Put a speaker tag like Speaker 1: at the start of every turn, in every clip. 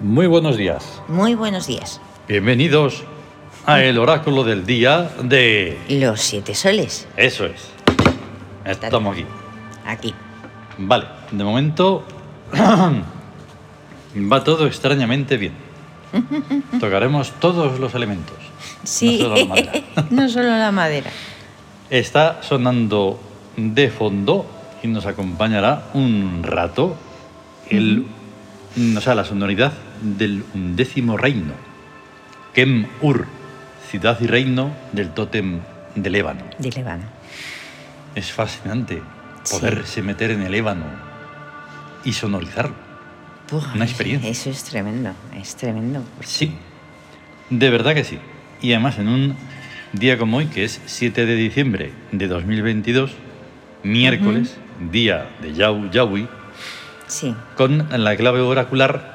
Speaker 1: Muy buenos días.
Speaker 2: Muy buenos días.
Speaker 1: Bienvenidos a el oráculo del día de...
Speaker 2: Los siete soles,
Speaker 1: Eso es. Estamos aquí.
Speaker 2: aquí.
Speaker 1: Vale, de momento va todo extrañamente bien. Tocaremos todos los elementos.
Speaker 2: Sí,
Speaker 1: No solo la madera.
Speaker 2: no solo la madera.
Speaker 1: Está sonando de fondo y nos acompañará un rato el, o sea, la sonoridad del undécimo reino, Kem-Ur, ciudad y reino del tótem de Ébano.
Speaker 2: De Levana.
Speaker 1: Es fascinante
Speaker 2: Sí.
Speaker 1: poderse meter en el ébano y sonorizarlo.
Speaker 2: Buah,
Speaker 1: Una experiencia.
Speaker 2: Eso es tremendo, es tremendo. porque-
Speaker 1: Sí, de verdad que sí. Y además en un día como hoy, que es 7 de diciembre de 2022, miércoles, día de Yau Yahui,
Speaker 2: Sí,
Speaker 1: con la clave oracular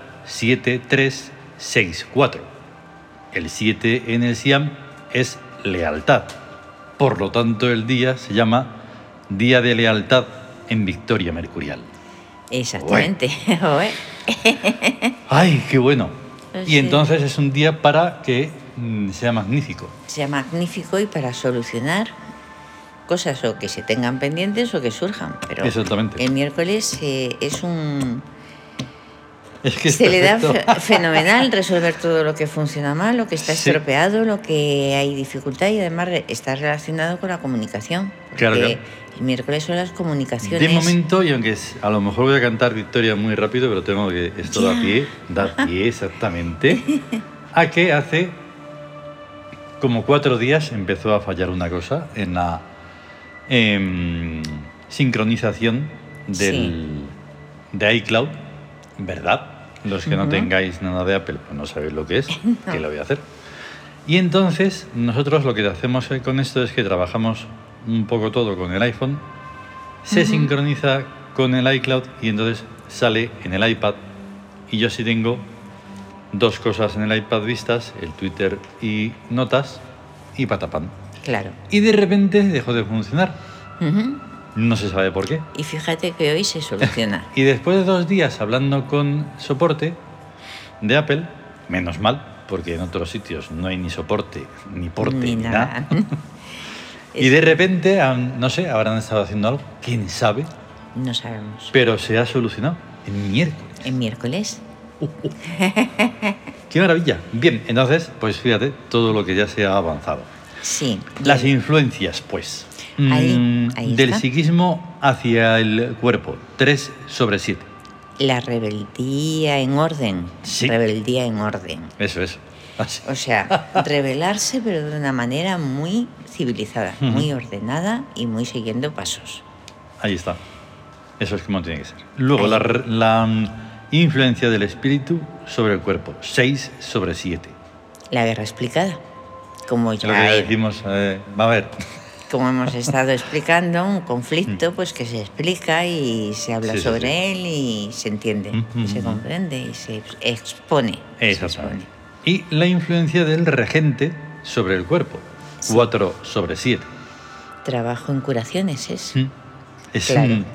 Speaker 1: 7364. El 7 en el Siam es lealtad. Por lo tanto, el día se llama Día de Lealtad en Victoria Mercurial.
Speaker 2: exactamente. Joder.
Speaker 1: ¡Ay, qué bueno!
Speaker 2: Pues
Speaker 1: Y
Speaker 2: sí.
Speaker 1: entonces es un día para que mm, sea magnífico.
Speaker 2: sea magnífico y para solucionar cosas o que se tengan pendientes o que surjan. Pero
Speaker 1: Exactamente.
Speaker 2: el miércoles eh, es un...
Speaker 1: Es que es
Speaker 2: se le da
Speaker 1: perfecto.
Speaker 2: fe- fenomenal resolver todo lo que funciona mal, lo que está
Speaker 1: Sí.
Speaker 2: estropeado, lo que hay dificultad y además re- está relacionado con la comunicación.
Speaker 1: Claro,
Speaker 2: porque
Speaker 1: claro.
Speaker 2: El miércoles son las comunicaciones.
Speaker 1: De momento, y aunque es- a lo mejor voy a cantar Victoria muy rápido, pero tengo que. Esto da
Speaker 2: Ya.
Speaker 1: pie, da pie exactamente. A que hace como cuatro días empezó a fallar una cosa en la em, sincronización del, de iCloud, ¿verdad? Los que no
Speaker 2: Ujú.
Speaker 1: tengáis nada de Apple, pues no sabéis lo que es, que lo voy a hacer. Y entonces, nosotros lo que hacemos eh, con esto es que trabajamos un poco todo con el iPhone, se sincroniza con el iCloud y entonces sale en el iPad. Y yo sí tengo dos cosas en el iPad vistas, el Twitter y notas, y patapán.
Speaker 2: Claro.
Speaker 1: Y de repente dejó de funcionar.
Speaker 2: Ujú.
Speaker 1: No se sabe por qué.
Speaker 2: Y fíjate que hoy se soluciona.
Speaker 1: Y después de dos días hablando con soporte de Apple, menos mal, porque en otros sitios no hay ni soporte, ni porte, ni,
Speaker 2: Ni
Speaker 1: nada.
Speaker 2: nada.
Speaker 1: Y de repente, han- no sé, habrán estado haciendo algo, quién sabe,
Speaker 2: No sabemos.
Speaker 1: pero se ha solucionado en miércoles.
Speaker 2: El miércoles.
Speaker 1: ¡Qué maravilla! Bien, entonces, pues fíjate todo lo que ya se ha avanzado.
Speaker 2: Sí.
Speaker 1: Las influencias, pues.
Speaker 2: Ahí,
Speaker 1: Mm,
Speaker 2: ahí
Speaker 1: del
Speaker 2: está.
Speaker 1: psiquismo hacia el cuerpo, 3 sobre 7.
Speaker 2: La rebeldía en orden.
Speaker 1: Sí.
Speaker 2: Rebeldía en orden.
Speaker 1: Eso es. Así.
Speaker 2: O sea, rebelarse, pero de una manera muy civilizada,
Speaker 1: Ujú.
Speaker 2: muy ordenada y muy siguiendo pasos.
Speaker 1: Ahí está. Eso es como tiene que ser. Luego, la, re- la, mm, influencia del espíritu sobre el cuerpo, 6 sobre 7.
Speaker 2: La guerra explicada. Como
Speaker 1: Lo que
Speaker 2: ya
Speaker 1: le
Speaker 2: he-
Speaker 1: decimos, eh, va a ver,
Speaker 2: como hemos estado explicando, un conflicto pues que se explica y se habla
Speaker 1: Mm. Sí, sí, Mm,
Speaker 2: sobre él y se entiende,
Speaker 1: Ujú,
Speaker 2: y se
Speaker 1: ujú.
Speaker 2: comprende y se ex- expone. se
Speaker 1: Exactamente.
Speaker 2: expone.
Speaker 1: Y la influencia del regente sobre el cuerpo, 4 sobre 7.
Speaker 2: Trabajo en curaciones es.
Speaker 1: Mm. Es,
Speaker 2: Claro.
Speaker 1: un-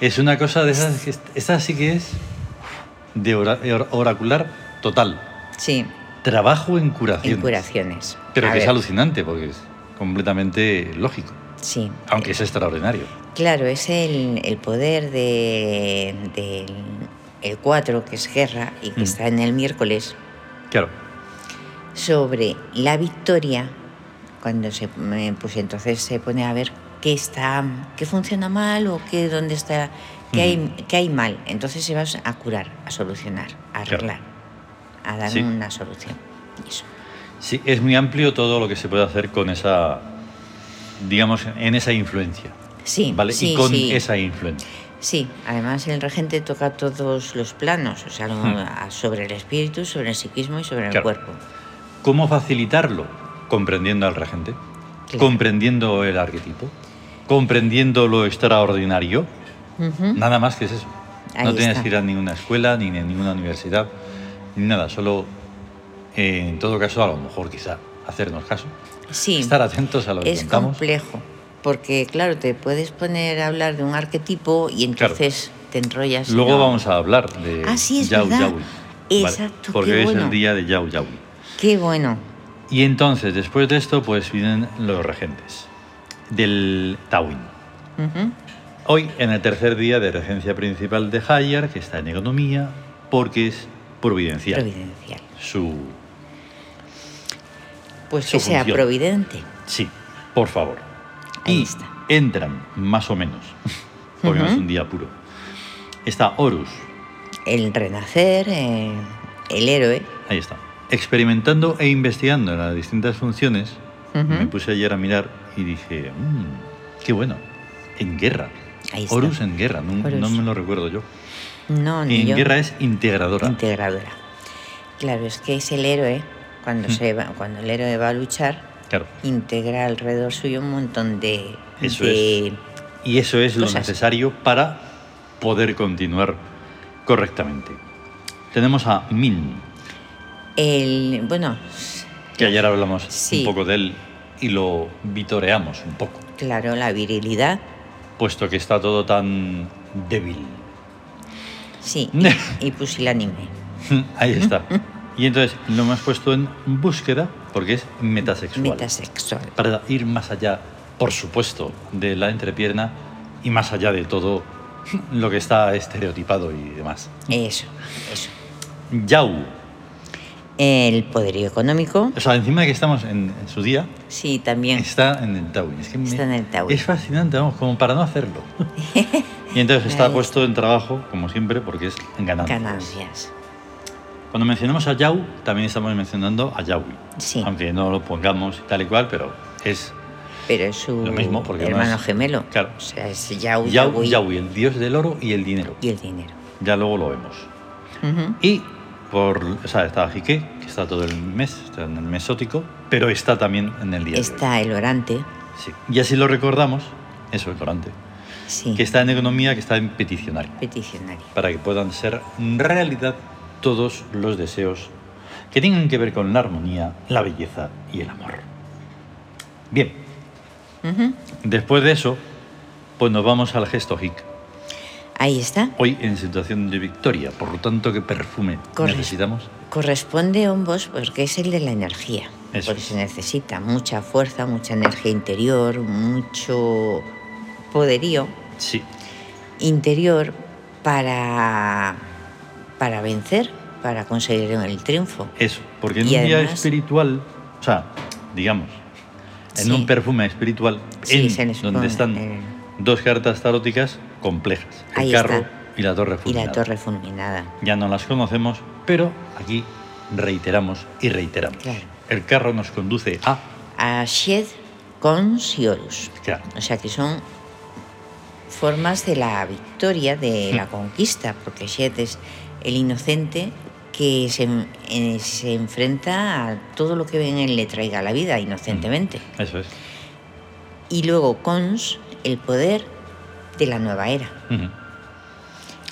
Speaker 1: es una cosa de esas que... Esa sí que es de ora- or- oracular total.
Speaker 2: Sí,
Speaker 1: Trabajo en curaciones.
Speaker 2: en curaciones.
Speaker 1: Pero
Speaker 2: A
Speaker 1: que es
Speaker 2: ver,
Speaker 1: alucinante porque es completamente lógico,
Speaker 2: Sí.
Speaker 1: aunque es extraordinario.
Speaker 2: Claro, es el, el poder de, del el 4, que es guerra, y que
Speaker 1: Mm.
Speaker 2: está en el miércoles,
Speaker 1: Claro.
Speaker 2: sobre la victoria, cuando se, eh, pues entonces se pone a ver qué está, qué funciona mal o qué, dónde está, qué, hay, qué hay mal. Entonces se va a curar, a solucionar,
Speaker 1: Claro.
Speaker 2: a arreglar, a dar
Speaker 1: Sí.
Speaker 2: una solución. Eso.
Speaker 1: Sí, es muy amplio todo lo que se puede hacer con esa, digamos, en esa influencia.
Speaker 2: Sí,
Speaker 1: ¿Vale?
Speaker 2: sí,
Speaker 1: y con
Speaker 2: sí.
Speaker 1: esa influencia.
Speaker 2: Sí, además el regente toca todos los planos, o sea, lo-
Speaker 1: Hmm.
Speaker 2: a- sobre el espíritu, sobre el psiquismo y sobre el
Speaker 1: Claro.
Speaker 2: cuerpo.
Speaker 1: ¿Cómo facilitarlo? Comprendiendo al regente,
Speaker 2: Claro.
Speaker 1: comprendiendo el arquetipo, comprendiendo lo extraordinario.
Speaker 2: Ujú.
Speaker 1: Nada más que es eso.
Speaker 2: Ahí
Speaker 1: no tienes
Speaker 2: está.
Speaker 1: que ir a ninguna escuela, ni a ninguna universidad, ni nada. Solo, eh, en todo caso, a lo mejor quizá hacernos caso.
Speaker 2: Sí,
Speaker 1: Estar atentos a lo que
Speaker 2: es
Speaker 1: contamos.
Speaker 2: complejo, porque claro, te puedes poner a hablar de un arquetipo y
Speaker 1: Claro.
Speaker 2: entonces te enrollas.
Speaker 1: Luego
Speaker 2: ¿no?
Speaker 1: vamos a hablar de
Speaker 2: Ah, sí, es
Speaker 1: Yau
Speaker 2: verdad.
Speaker 1: Yaui.
Speaker 2: Exacto,
Speaker 1: porque
Speaker 2: qué
Speaker 1: hoy es
Speaker 2: bueno.
Speaker 1: el día de Yau Yau.
Speaker 2: Qué bueno.
Speaker 1: Y entonces, después de esto, pues vienen los regentes del Tawin.
Speaker 2: Ujú.
Speaker 1: Hoy, en el tercer día de regencia principal de Hayar, que está en economía, porque es providencial.
Speaker 2: Providencial.
Speaker 1: Su.
Speaker 2: Pues
Speaker 1: Su
Speaker 2: que sea
Speaker 1: función.
Speaker 2: providente.
Speaker 1: Sí, por favor.
Speaker 2: Ahí
Speaker 1: y
Speaker 2: está.
Speaker 1: entran, más o menos, porque no es
Speaker 2: Ujú.
Speaker 1: un día puro. Está Horus,
Speaker 2: El renacer, eh, el héroe.
Speaker 1: ahí está. Experimentando e investigando en las distintas funciones,
Speaker 2: Ujú.
Speaker 1: me puse ayer a mirar y dije, "Mm, qué bueno, en guerra.
Speaker 2: Ahí está.
Speaker 1: Horus en guerra, no,
Speaker 2: Horus.
Speaker 1: no me lo recuerdo yo.
Speaker 2: No, ni
Speaker 1: En
Speaker 2: yo.
Speaker 1: guerra es integradora.
Speaker 2: Integradora. Claro, es que es el héroe. Cuando,
Speaker 1: Mm.
Speaker 2: se va- cuando el héroe va a luchar,
Speaker 1: claro.
Speaker 2: integra alrededor suyo un montón de.
Speaker 1: Eso
Speaker 2: de-
Speaker 1: es. Y eso es lo
Speaker 2: cosas.
Speaker 1: necesario para poder continuar correctamente. Tenemos a Min,
Speaker 2: El, bueno,
Speaker 1: que ayer hablamos
Speaker 2: Sí.
Speaker 1: un poco de él y lo vitoreamos un poco,
Speaker 2: claro, la virilidad.
Speaker 1: puesto que está todo tan débil.
Speaker 2: Sí, y, y pusilánime.
Speaker 1: Ahí está. Y entonces lo hemos puesto en búsqueda porque es metasexual.
Speaker 2: Metasexual.
Speaker 1: para ir más allá, por supuesto, de la entrepierna y más allá de todo lo que está estereotipado y demás.
Speaker 2: Eso, eso.
Speaker 1: Yau,
Speaker 2: El poderío económico.
Speaker 1: o sea, encima de que estamos en, en su día,
Speaker 2: Sí, también.
Speaker 1: está en el Tawin. Es que me-
Speaker 2: Está en el Tawin.
Speaker 1: Es fascinante, vamos, como para no hacerlo. y entonces
Speaker 2: Ahí
Speaker 1: está
Speaker 2: está.
Speaker 1: puesto en trabajo, como siempre, porque es en ganancias.
Speaker 2: Ganancias.
Speaker 1: Cuando mencionamos a Yau, también estamos mencionando a Yaui.
Speaker 2: Sí.
Speaker 1: Aunque no lo pongamos y tal y cual, pero es
Speaker 2: Pero es su
Speaker 1: Lo mismo, porque no
Speaker 2: hermano
Speaker 1: es-
Speaker 2: gemelo.
Speaker 1: claro.
Speaker 2: O sea, es Yau,
Speaker 1: Yau,
Speaker 2: Yahweh
Speaker 1: Yaui, el dios del oro y el dinero.
Speaker 2: y el dinero.
Speaker 1: Ya luego lo vemos.
Speaker 2: Ujú.
Speaker 1: Y por, o sea, está Jique, que está todo el mes, está en el mesótico, pero está también en el día. de hoy.
Speaker 2: Está el orante.
Speaker 1: Sí. Y así lo recordamos, eso es Dorante,
Speaker 2: Sí.
Speaker 1: que está en economía, que está en peticionario,
Speaker 2: Peticionario.
Speaker 1: para que puedan ser realidad todos los deseos que tengan que ver con la armonía, la belleza y el amor. Bien,
Speaker 2: Ujú.
Speaker 1: después de eso, pues nos vamos al gesto Hic.
Speaker 2: Ahí está.
Speaker 1: Hoy en situación de victoria, por lo tanto, ¿qué perfume
Speaker 2: Correcto.
Speaker 1: necesitamos?
Speaker 2: Corresponde a un boss porque es el de la energía.
Speaker 1: Eso
Speaker 2: porque
Speaker 1: es.
Speaker 2: se necesita mucha fuerza, mucha energía interior, mucho poderío
Speaker 1: Sí,
Speaker 2: interior para, para vencer, para conseguir el triunfo.
Speaker 1: Eso, porque en
Speaker 2: Y
Speaker 1: un día
Speaker 2: además-
Speaker 1: espiritual, o sea, digamos, en
Speaker 2: Sí.
Speaker 1: un perfume espiritual,
Speaker 2: Sí,
Speaker 1: en
Speaker 2: se les
Speaker 1: donde
Speaker 2: pone
Speaker 1: están
Speaker 2: el-
Speaker 1: dos cartas taróticas complejas, el
Speaker 2: Ahí
Speaker 1: carro
Speaker 2: está.
Speaker 1: y la torre
Speaker 2: Y
Speaker 1: fulminada.
Speaker 2: la torre fulminada.
Speaker 1: Ya no las conocemos, pero aquí reiteramos y reiteramos.
Speaker 2: Claro.
Speaker 1: El carro nos conduce a...
Speaker 2: Ashed con Siorus.
Speaker 1: Claro,
Speaker 2: O sea que son formas de la victoria, de la conquista, porque Shed es el inocente que se, eh, se enfrenta a todo lo que ven le traiga la vida inocentemente.
Speaker 1: eso es.
Speaker 2: Y luego Cons, el poder de la nueva era.
Speaker 1: Ujú.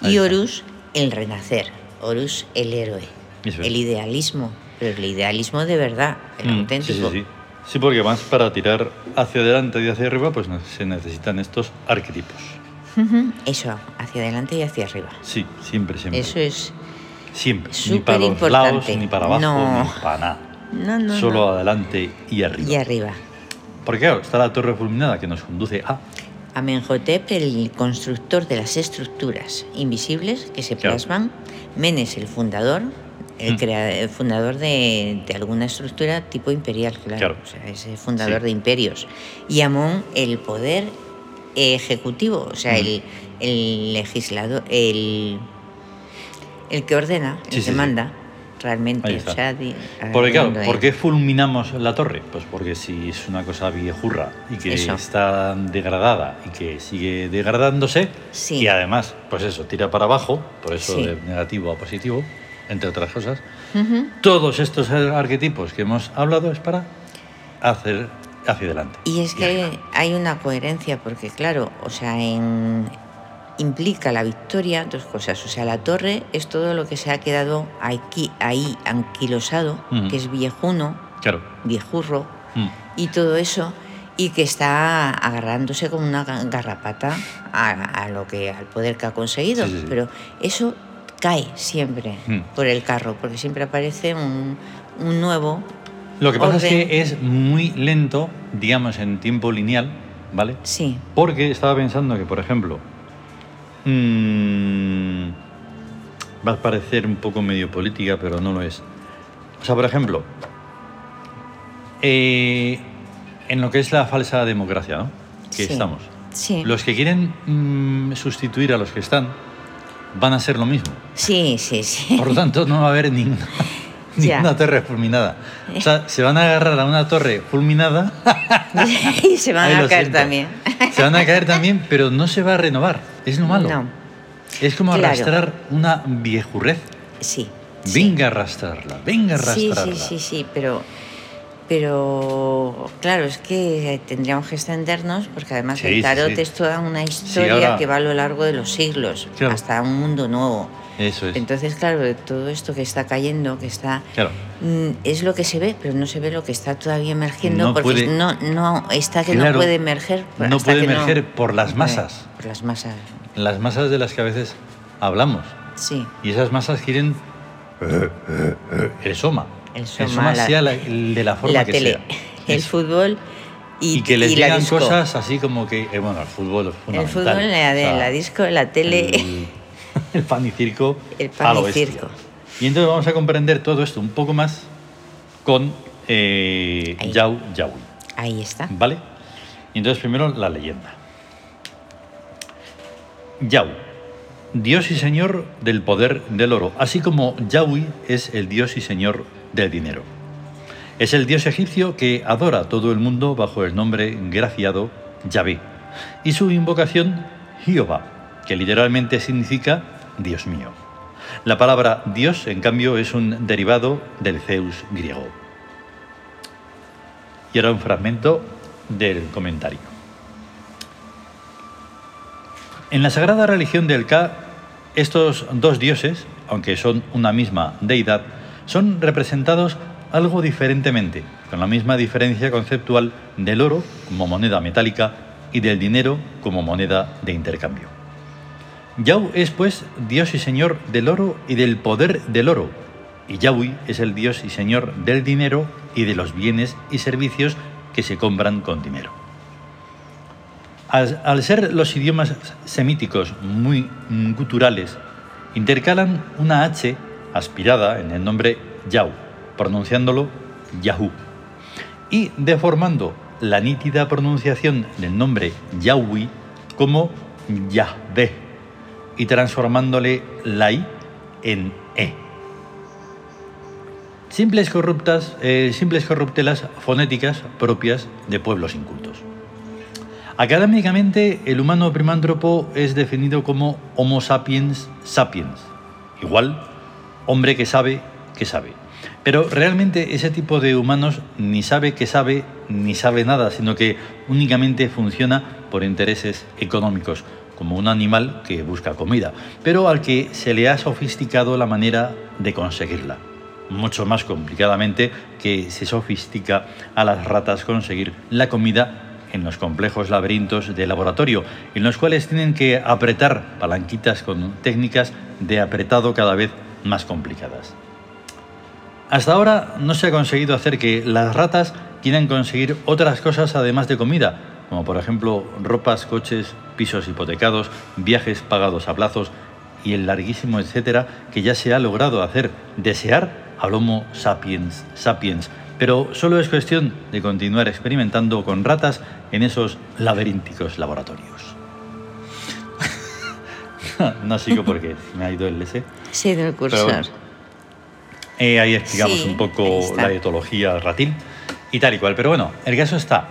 Speaker 1: Ahí
Speaker 2: Y
Speaker 1: está.
Speaker 2: Horus, el renacer. Horus, el héroe.
Speaker 1: Eso es.
Speaker 2: El idealismo, pero el idealismo de verdad, el
Speaker 1: Mm, Sí,
Speaker 2: auténtico.
Speaker 1: sí, sí. Sí, porque más para tirar hacia adelante y hacia arriba, pues ne- se necesitan estos arquetipos.
Speaker 2: Ujú, Eso, hacia adelante y hacia arriba.
Speaker 1: Sí, siempre, siempre.
Speaker 2: Eso es
Speaker 1: Siempre. Ni para los
Speaker 2: Superimportante.
Speaker 1: lados, ni para abajo,
Speaker 2: No.
Speaker 1: ni para nada.
Speaker 2: No, no,
Speaker 1: Solo
Speaker 2: no.
Speaker 1: adelante y arriba.
Speaker 2: Y arriba.
Speaker 1: Porque claro, está la torre fulminada que nos conduce a.
Speaker 2: Amenhotep, el constructor de las estructuras invisibles que se
Speaker 1: Claro.
Speaker 2: plasman. Menes, el fundador, el,
Speaker 1: Mm.
Speaker 2: crea- el fundador de, de alguna estructura tipo imperial, claro.
Speaker 1: Claro.
Speaker 2: O sea, es el fundador
Speaker 1: Sí.
Speaker 2: de imperios. Y Amón, el poder ejecutivo, o sea,
Speaker 1: Mm.
Speaker 2: el, el legislador, el, el que ordena, el
Speaker 1: Sí,
Speaker 2: que
Speaker 1: sí, sí.
Speaker 2: manda.
Speaker 1: Ahí
Speaker 2: Realmente, o
Speaker 1: está.
Speaker 2: sea, di-
Speaker 1: Porque claro,
Speaker 2: hablando de-
Speaker 1: ¿por qué fulminamos la torre? Pues porque si es una cosa viejurra y que
Speaker 2: Eso.
Speaker 1: está degradada y que sigue degradándose,
Speaker 2: Sí.
Speaker 1: y además, pues eso, tira para abajo, por eso
Speaker 2: Sí.
Speaker 1: de negativo a positivo, entre otras cosas,
Speaker 2: Ujú.
Speaker 1: todos estos arquetipos que hemos hablado es para hacer hacia adelante.
Speaker 2: Y es
Speaker 1: arriba.
Speaker 2: que hay una coherencia, porque claro, o sea, en- implica la victoria dos cosas. O sea, la torre es todo lo que se ha quedado aquí, ahí anquilosado,
Speaker 1: Ujú.
Speaker 2: que es viejuno,
Speaker 1: Claro.
Speaker 2: viejurro,
Speaker 1: Mm.
Speaker 2: y todo eso, y que está agarrándose como una ga- garrapata a, a lo que, al poder que ha conseguido.
Speaker 1: Sí, sí, sí.
Speaker 2: Pero eso cae siempre
Speaker 1: Mm.
Speaker 2: por el carro, porque siempre aparece un, un nuevo.
Speaker 1: Lo que pasa es
Speaker 2: orden.
Speaker 1: que es muy lento, digamos, en tiempo lineal, ¿vale?
Speaker 2: Sí,
Speaker 1: Porque estaba pensando que, por ejemplo, mm, va a parecer un poco medio política, pero no lo es. O sea, por ejemplo, eh, en lo que es la falsa democracia, ¿no? Que
Speaker 2: Sí.
Speaker 1: estamos.
Speaker 2: sí.
Speaker 1: Los que quieren mm, sustituir a los que están van a hacer lo mismo.
Speaker 2: Sí, sí, sí.
Speaker 1: Por lo tanto, no va a haber ninguna,
Speaker 2: Ya.
Speaker 1: ninguna torre fulminada. O sea, se van a agarrar a una torre fulminada.
Speaker 2: y se van
Speaker 1: Ahí
Speaker 2: a
Speaker 1: lo
Speaker 2: caer
Speaker 1: siento.
Speaker 2: también.
Speaker 1: Se van a caer también, pero no se va a renovar. Es lo malo.
Speaker 2: No,
Speaker 1: Es como
Speaker 2: Claro.
Speaker 1: arrastrar una viejurez.
Speaker 2: sí. sí.
Speaker 1: Venga a arrastrarla, venga a
Speaker 2: Sí,
Speaker 1: arrastrarla.
Speaker 2: sí, sí, sí, pero, pero claro, es que tendríamos que extendernos porque además
Speaker 1: Sí, sí,
Speaker 2: el tarot
Speaker 1: sí.
Speaker 2: es toda una historia
Speaker 1: ahora-
Speaker 2: que va a lo largo de los siglos,
Speaker 1: Claro.
Speaker 2: hasta un mundo nuevo.
Speaker 1: Eso es.
Speaker 2: Entonces, claro, todo esto que está cayendo, que está...
Speaker 1: claro.
Speaker 2: mm, Es lo que se ve, pero no se ve lo que está todavía emergiendo
Speaker 1: No
Speaker 2: porque
Speaker 1: puede-
Speaker 2: no, no está que no
Speaker 1: Claro,
Speaker 2: puede emerger.
Speaker 1: no
Speaker 2: hasta
Speaker 1: puede
Speaker 2: que no-
Speaker 1: emerger por las
Speaker 2: no puede,
Speaker 1: masas.
Speaker 2: Por las masas,
Speaker 1: Las masas de las que a veces hablamos.
Speaker 2: sí.
Speaker 1: Y esas masas quieren el soma.
Speaker 2: El soma, la-
Speaker 1: sea la- el de la forma
Speaker 2: la
Speaker 1: que
Speaker 2: tele,
Speaker 1: sea.
Speaker 2: el
Speaker 1: Eso.
Speaker 2: fútbol y,
Speaker 1: y que les
Speaker 2: y la
Speaker 1: digan
Speaker 2: disco.
Speaker 1: cosas así como que, eh, bueno, el fútbol es
Speaker 2: El
Speaker 1: fundamental.
Speaker 2: fútbol, la, de,
Speaker 1: O sea,
Speaker 2: la disco, la tele.
Speaker 1: El, el pan y circo.
Speaker 2: El pan
Speaker 1: a lo
Speaker 2: y
Speaker 1: bestia.
Speaker 2: circo.
Speaker 1: Y entonces vamos a comprender todo esto un poco más con eh,
Speaker 2: Ahí.
Speaker 1: Yau Yaui,
Speaker 2: Ahí está.
Speaker 1: ¿vale? Y entonces primero la leyenda. Yau, dios y señor del poder del oro, así como Yahweh es el dios y señor del dinero. Es el dios egipcio que adora a todo el mundo bajo el nombre graciado Yahvé y su invocación Jehová, que literalmente significa Dios mío. La palabra Dios, en cambio, es un derivado del Zeus griego. Y ahora un fragmento del comentario. En la sagrada religión del Ka, estos dos dioses, aunque son una misma deidad, son representados algo diferentemente, con la misma diferencia conceptual del oro como moneda metálica y del dinero como moneda de intercambio. Yau es pues Dios y Señor del oro y del poder del oro. Y Yahweh es el Dios y Señor del dinero y de los bienes y servicios que se compran con dinero. Al, al ser los idiomas semíticos muy mm, guturales, intercalan una H aspirada en el nombre Yau, pronunciándolo Yahú, y deformando la nítida pronunciación del nombre Yahweh como Yahvé, y transformándole la I en E. Simples, corruptas, eh, simples corruptelas fonéticas propias de pueblos incultos. Académicamente, el humano primántropo es definido como Homo sapiens sapiens, igual hombre que sabe que sabe. Pero realmente ese tipo de humanos ni sabe que sabe ni sabe nada, sino que únicamente funciona por intereses económicos, como un animal que busca comida, pero al que se le ha sofisticado la manera de conseguirla. Mucho más complicadamente que se sofistica a las ratas conseguir la comida en los complejos laberintos de laboratorio, en los cuales tienen que apretar palanquitas con técnicas de apretado cada vez más complicadas. Hasta ahora no se ha conseguido hacer que las ratas quieran conseguir otras cosas además de comida, como por ejemplo ropas, coches, pisos hipotecados, viajes pagados a plazos y el larguísimo etcétera que ya se ha logrado hacer desear al Homo sapiens sapiens. Pero solo es cuestión de continuar experimentando con ratas en esos laberínticos laboratorios. no sigo porque me ha ido el ese.
Speaker 2: Sí, del cursor.
Speaker 1: bueno. Eh, ahí explicamos
Speaker 2: Sí,
Speaker 1: un
Speaker 2: ahí
Speaker 1: poco
Speaker 2: está.
Speaker 1: la etología ratil y tal y cual. Pero bueno, el caso está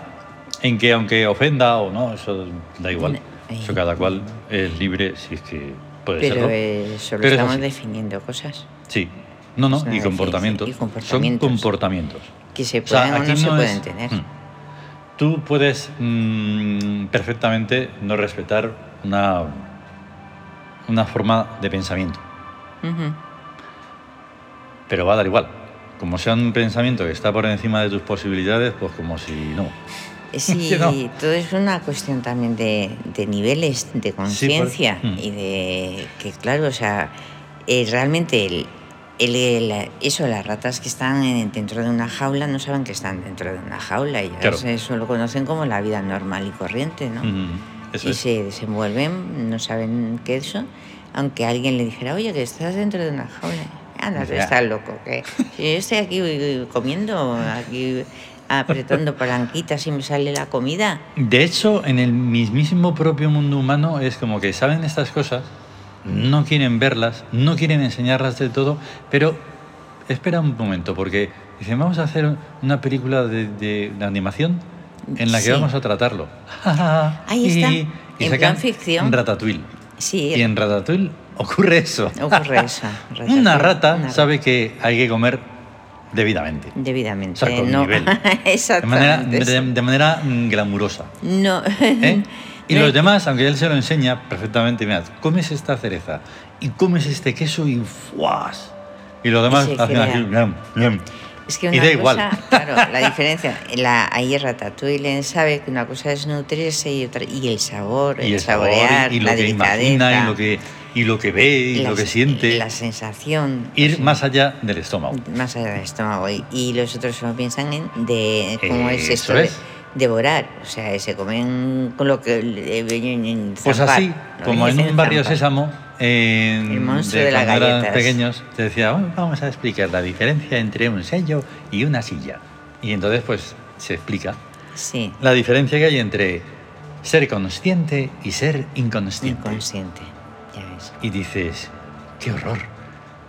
Speaker 1: en que aunque ofenda o no, eso da igual.
Speaker 2: Ahí.
Speaker 1: Eso cada cual es libre si es que puede
Speaker 2: Pero
Speaker 1: serlo.
Speaker 2: eh, solo
Speaker 1: Pero es
Speaker 2: estamos
Speaker 1: así.
Speaker 2: definiendo cosas
Speaker 1: Sí. No, no,
Speaker 2: es una
Speaker 1: y comportamientos.
Speaker 2: definición. Y comportamientos.
Speaker 1: Son comportamientos.
Speaker 2: que se
Speaker 1: O sea,
Speaker 2: pueden o,
Speaker 1: aquí
Speaker 2: no, se
Speaker 1: no
Speaker 2: pueden
Speaker 1: es-
Speaker 2: tener.
Speaker 1: Mm. Tú puedes mm, perfectamente no respetar una, una forma de pensamiento. Mm.
Speaker 2: Ujú.
Speaker 1: Pero va a dar igual. Como sea un pensamiento que está por encima de tus posibilidades, pues como si no.
Speaker 2: Eh, Sí,
Speaker 1: Que no.
Speaker 2: todo es una cuestión también de, de niveles de conciencia
Speaker 1: Mm.
Speaker 2: y de que, claro, o sea, eh, realmente el, el- el- eso, las ratas que están en- dentro de una jaula no saben que están dentro de una jaula, ellas
Speaker 1: Claro. Mm.
Speaker 2: eso lo conocen como la vida normal y corriente, ¿no?
Speaker 1: Ujú, Eso
Speaker 2: Mm. y
Speaker 1: es.
Speaker 2: se desenvuelven, no saben qué es eso, aunque alguien le dijera, oye, que estás dentro de una jaula. Anda, tú
Speaker 1: Ya.
Speaker 2: estás loco, que si yo estoy aquí eh, comiendo, aquí apretando palanquitas y me sale la comida.
Speaker 1: De hecho, en el mismísimo propio mundo humano es como que saben estas cosas, no quieren verlas, no quieren enseñarlas del todo, pero espera un momento, porque dicen, vamos a hacer una película de, de- de animación en la que
Speaker 2: Sí.
Speaker 1: vamos a tratarlo.
Speaker 2: Ahí está, en plan
Speaker 1: sacan
Speaker 2: ficción.
Speaker 1: Ratatouille.
Speaker 2: Sí,
Speaker 1: Y en Ratatouille ocurre eso.
Speaker 2: ocurre eso.
Speaker 1: Una
Speaker 2: ratatouille,
Speaker 1: rata
Speaker 2: una
Speaker 1: sabe que hay que comer debidamente.
Speaker 2: Debidamente.
Speaker 1: O sea, con
Speaker 2: no.
Speaker 1: nivel. De manera,
Speaker 2: Exactamente.
Speaker 1: de- de manera mm, glamurosa.
Speaker 2: No.
Speaker 1: ¿eh? Y
Speaker 2: No hay-
Speaker 1: los demás, aunque él se lo enseña perfectamente, mira, comes esta cereza y comes este queso y ¡fuas! Y los demás
Speaker 2: Y se
Speaker 1: hacen así,
Speaker 2: crea.
Speaker 1: ñam, ñam.
Speaker 2: Es que
Speaker 1: y
Speaker 2: una
Speaker 1: da
Speaker 2: cosa,
Speaker 1: igual.
Speaker 2: claro, la diferencia, la, ahí Ratatouille sabe que una cosa es nutrirse y otra y el sabor,
Speaker 1: Y
Speaker 2: el,
Speaker 1: el sabor, y-
Speaker 2: saborear,
Speaker 1: y, lo
Speaker 2: la
Speaker 1: que
Speaker 2: delicadeza,
Speaker 1: imagina, y lo que, y lo que ve, y
Speaker 2: la-
Speaker 1: lo que siente.
Speaker 2: la sensación,
Speaker 1: ir
Speaker 2: o sea,
Speaker 1: más allá del estómago.
Speaker 2: más allá del estómago y, y los otros solo piensan en de cómo es
Speaker 1: Eso
Speaker 2: esto de
Speaker 1: es.
Speaker 2: devorar, o sea, eh, se comen con lo que eh,
Speaker 1: Pues
Speaker 2: zampar,
Speaker 1: así,
Speaker 2: lo
Speaker 1: como
Speaker 2: que
Speaker 1: en
Speaker 2: dicen
Speaker 1: un barrio
Speaker 2: zampar.
Speaker 1: sésamo, en-
Speaker 2: El monstruo de las
Speaker 1: cuando eran
Speaker 2: galletas.
Speaker 1: pequeños, te decía, "Bueno, vamos a explicar la diferencia entre un sello y una silla. Y entonces, pues, se explica
Speaker 2: Sí,
Speaker 1: la diferencia que hay entre ser consciente y ser inconsciente.
Speaker 2: inconsciente. Ya ves.
Speaker 1: y dices, qué horror.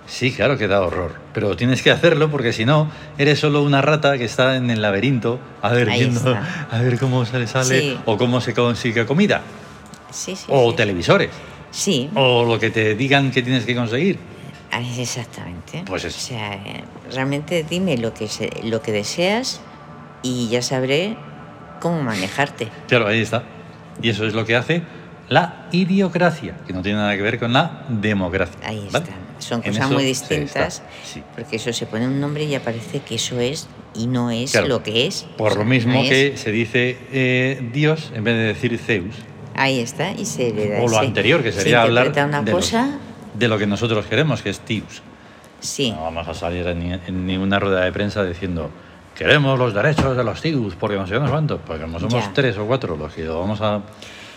Speaker 1: Sí, claro que da horror, pero tienes que hacerlo porque si no, eres solo una rata que está en el laberinto a ver,
Speaker 2: Ahí
Speaker 1: viendo-
Speaker 2: está.
Speaker 1: a ver cómo se le sale
Speaker 2: Sí.
Speaker 1: o cómo se consigue comida.
Speaker 2: Sí, sí.
Speaker 1: O
Speaker 2: sí.
Speaker 1: televisores.
Speaker 2: Sí,
Speaker 1: O lo que te digan que tienes que conseguir.
Speaker 2: Ah, es Exactamente.
Speaker 1: Pues eso.
Speaker 2: O sea, eh, realmente dime lo que, se- lo que deseas y ya sabré cómo manejarte.
Speaker 1: Claro, ahí está. Y eso es lo que hace la idiocracia, que no tiene nada que ver con la democracia.
Speaker 2: Ahí
Speaker 1: ¿vale?
Speaker 2: está. Son
Speaker 1: En
Speaker 2: cosas
Speaker 1: eso
Speaker 2: muy
Speaker 1: se está.
Speaker 2: distintas.
Speaker 1: Sí.
Speaker 2: Porque eso se pone un nombre y ya parece que eso es y no es
Speaker 1: Claro.
Speaker 2: lo que es. O
Speaker 1: Por
Speaker 2: sea,
Speaker 1: lo mismo
Speaker 2: no es.
Speaker 1: que se dice eh, Dios en vez de decir Zeus.
Speaker 2: Ahí está, y se le da
Speaker 1: O lo
Speaker 2: ese-
Speaker 1: anterior, que
Speaker 2: Eh, se
Speaker 1: sería hablar
Speaker 2: interpreta una
Speaker 1: de, los-
Speaker 2: cosa,
Speaker 1: de lo que nosotros queremos, que es Tius.
Speaker 2: sí.
Speaker 1: No vamos a salir en, ni- en ninguna rueda de prensa diciendo queremos los derechos de los Tius, porque no sé cuántos, porque como somos
Speaker 2: Ya.
Speaker 1: tres o cuatro los que lo vamos a,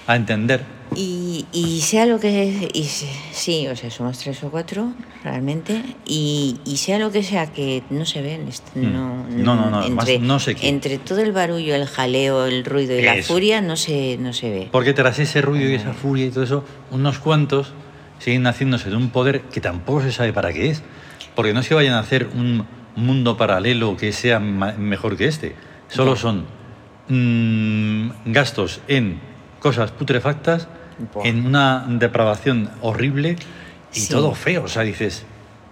Speaker 1: a entender.
Speaker 2: Y, y sea lo que y se- sí, o sea, somos tres o cuatro realmente, y, y sea lo que sea que no se ven, est-
Speaker 1: Mm.
Speaker 2: no,
Speaker 1: No, no, no, además no se quiere.
Speaker 2: entre todo el barullo, el jaleo, el ruido y la
Speaker 1: Eso.
Speaker 2: furia no se, no se ve.
Speaker 1: Porque tras ese ruido y esa furia y todo eso, unos cuantos siguen haciéndose de un poder que tampoco se sabe para qué es. Porque no es que vayan a hacer un mundo paralelo que sea ma- mejor que este. Solo
Speaker 2: Ya.
Speaker 1: son mm, gastos en cosas putrefactas,
Speaker 2: Buah.
Speaker 1: en una depravación horrible y
Speaker 2: Sí.
Speaker 1: todo feo. O sea, dices,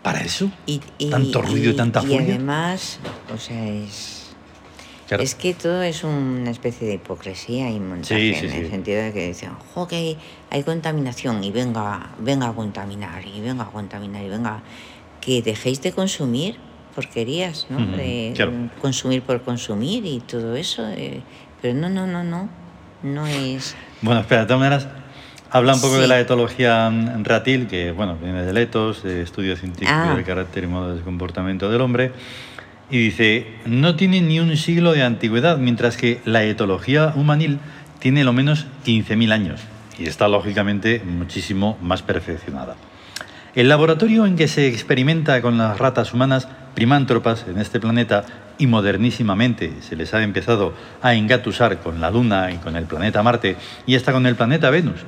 Speaker 1: ¿para eso?
Speaker 2: Y, y-
Speaker 1: Tanto ruido y tanta furia.
Speaker 2: Y además, o sea, es,
Speaker 1: Claro.
Speaker 2: Es que todo es una especie de hipocresía y montaje,
Speaker 1: Sí, sí,
Speaker 2: en el
Speaker 1: sí.
Speaker 2: sentido de que dicen, jo, que hay, hay contaminación y venga, venga a contaminar, y venga a contaminar, y venga, que dejéis de consumir porquerías, ¿no?
Speaker 1: Ujú,
Speaker 2: De
Speaker 1: claro.
Speaker 2: consumir por consumir y todo eso. eh, pero no, no, no, no, no es...
Speaker 1: Bueno, espera, de todas maneras, habla un poco
Speaker 2: Sí.
Speaker 1: de la etología mm, ratil, que bueno, viene del etos, de estudio científico
Speaker 2: Ah.
Speaker 1: del carácter y modo de comportamiento del hombre, y dice, no tiene ni un siglo de antigüedad, mientras que la etología humanil tiene lo menos 15.000 años, y está lógicamente muchísimo más perfeccionada. El laboratorio en que se experimenta con las ratas humanas primántropas en este planeta y modernísimamente se les ha empezado a engatusar con la Luna y con el planeta Marte y hasta con el planeta Venus.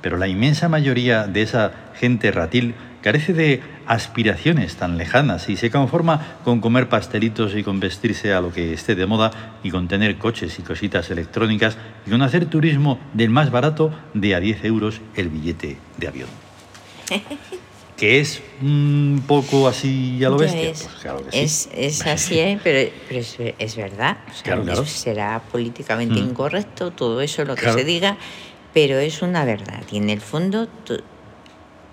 Speaker 1: Pero la inmensa mayoría de esa gente ratil carece de aspiraciones tan lejanas y se conforma con comer pastelitos y con vestirse a lo que esté de moda y con tener coches y cositas electrónicas y con hacer turismo del más barato de a 10 euros el billete de avión que es un poco así a lo
Speaker 2: Ya
Speaker 1: bestia.
Speaker 2: ves.
Speaker 1: Pues claro que sí.
Speaker 2: es, es así, ¿eh? pero, pero es, ver- es verdad. O sea,
Speaker 1: Claro, claro.
Speaker 2: es- será políticamente
Speaker 1: Mm.
Speaker 2: incorrecto todo eso, lo que
Speaker 1: Claro.
Speaker 2: se diga, pero es una verdad. Y en el fondo to-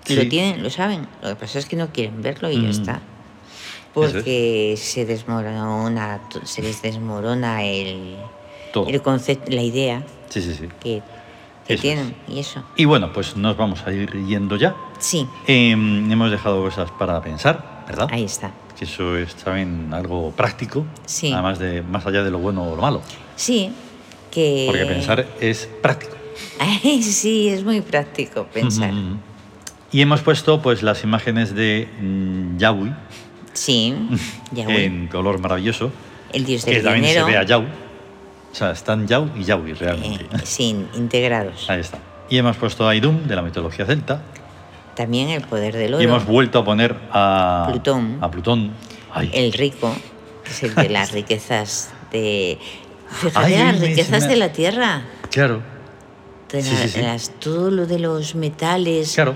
Speaker 1: Sí.
Speaker 2: lo tienen, lo saben. Lo que pasa es que no quieren verlo y
Speaker 1: Mm.
Speaker 2: ya está.
Speaker 1: Eso es.
Speaker 2: Porque se desmorona, to- se les desmorona el,
Speaker 1: Todo.
Speaker 2: el concepto, la idea
Speaker 1: Sí, sí, sí.
Speaker 2: que, que
Speaker 1: Eso es.
Speaker 2: tienen y eso.
Speaker 1: Y bueno, pues nos vamos a ir yendo ya.
Speaker 2: Sí,
Speaker 1: Eh, hemos dejado cosas para pensar, ¿verdad?
Speaker 2: ahí está.
Speaker 1: Que eso es también algo práctico,
Speaker 2: Sí.
Speaker 1: además de más allá de lo bueno o lo malo.
Speaker 2: Sí, que...
Speaker 1: Porque pensar es práctico.
Speaker 2: Ay, sí, es muy práctico pensar.
Speaker 1: Ujú. Y hemos puesto pues las imágenes de mm, Yahweh
Speaker 2: Sí, Yahweh,
Speaker 1: en color maravilloso,
Speaker 2: el dios
Speaker 1: que
Speaker 2: del
Speaker 1: también se
Speaker 2: dinero.
Speaker 1: ve a Yahweh. O sea, están Yahweh y Yahweh realmente.
Speaker 2: eh, sí, integrados.
Speaker 1: Ahí está. Y hemos puesto a Idum de la mitología celta.
Speaker 2: También el poder del
Speaker 1: Y
Speaker 2: oro,
Speaker 1: hemos vuelto a poner a
Speaker 2: Plutón.
Speaker 1: A Plutón. Ay.
Speaker 2: el rico, que es el de las riquezas de... Fíjate,
Speaker 1: Ay,
Speaker 2: las
Speaker 1: me- se
Speaker 2: riquezas
Speaker 1: me-
Speaker 2: de la tierra.
Speaker 1: Claro,
Speaker 2: de
Speaker 1: Sí, sí, sí.
Speaker 2: las- todo lo de los metales,
Speaker 1: claro.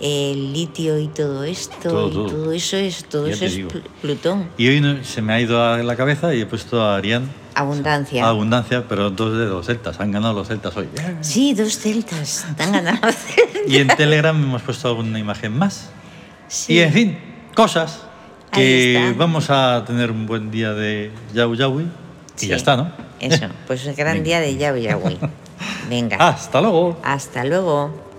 Speaker 2: el litio y todo esto,
Speaker 1: Todo,
Speaker 2: y
Speaker 1: todo.
Speaker 2: todo. eso es, todo
Speaker 1: Ya
Speaker 2: eso
Speaker 1: te
Speaker 2: es
Speaker 1: digo.
Speaker 2: Pl- Plutón.
Speaker 1: Y hoy no- se me ha ido a la cabeza y he puesto a Arián
Speaker 2: Abundancia.
Speaker 1: a Abundancia, pero dos de los celtas. Han ganado los celtas hoy.
Speaker 2: Sí, dos celtas. Están ganando.
Speaker 1: Y en Telegram hemos puesto alguna imagen más.
Speaker 2: Sí.
Speaker 1: Y en fin, cosas
Speaker 2: Ahí
Speaker 1: que
Speaker 2: está.
Speaker 1: vamos a tener un buen día de Yau Yaui. Y
Speaker 2: Sí.
Speaker 1: ya está, ¿no?
Speaker 2: Eso. Pues un gran día de Yahweh Yahweh. Venga.
Speaker 1: Hasta luego.
Speaker 2: Hasta luego.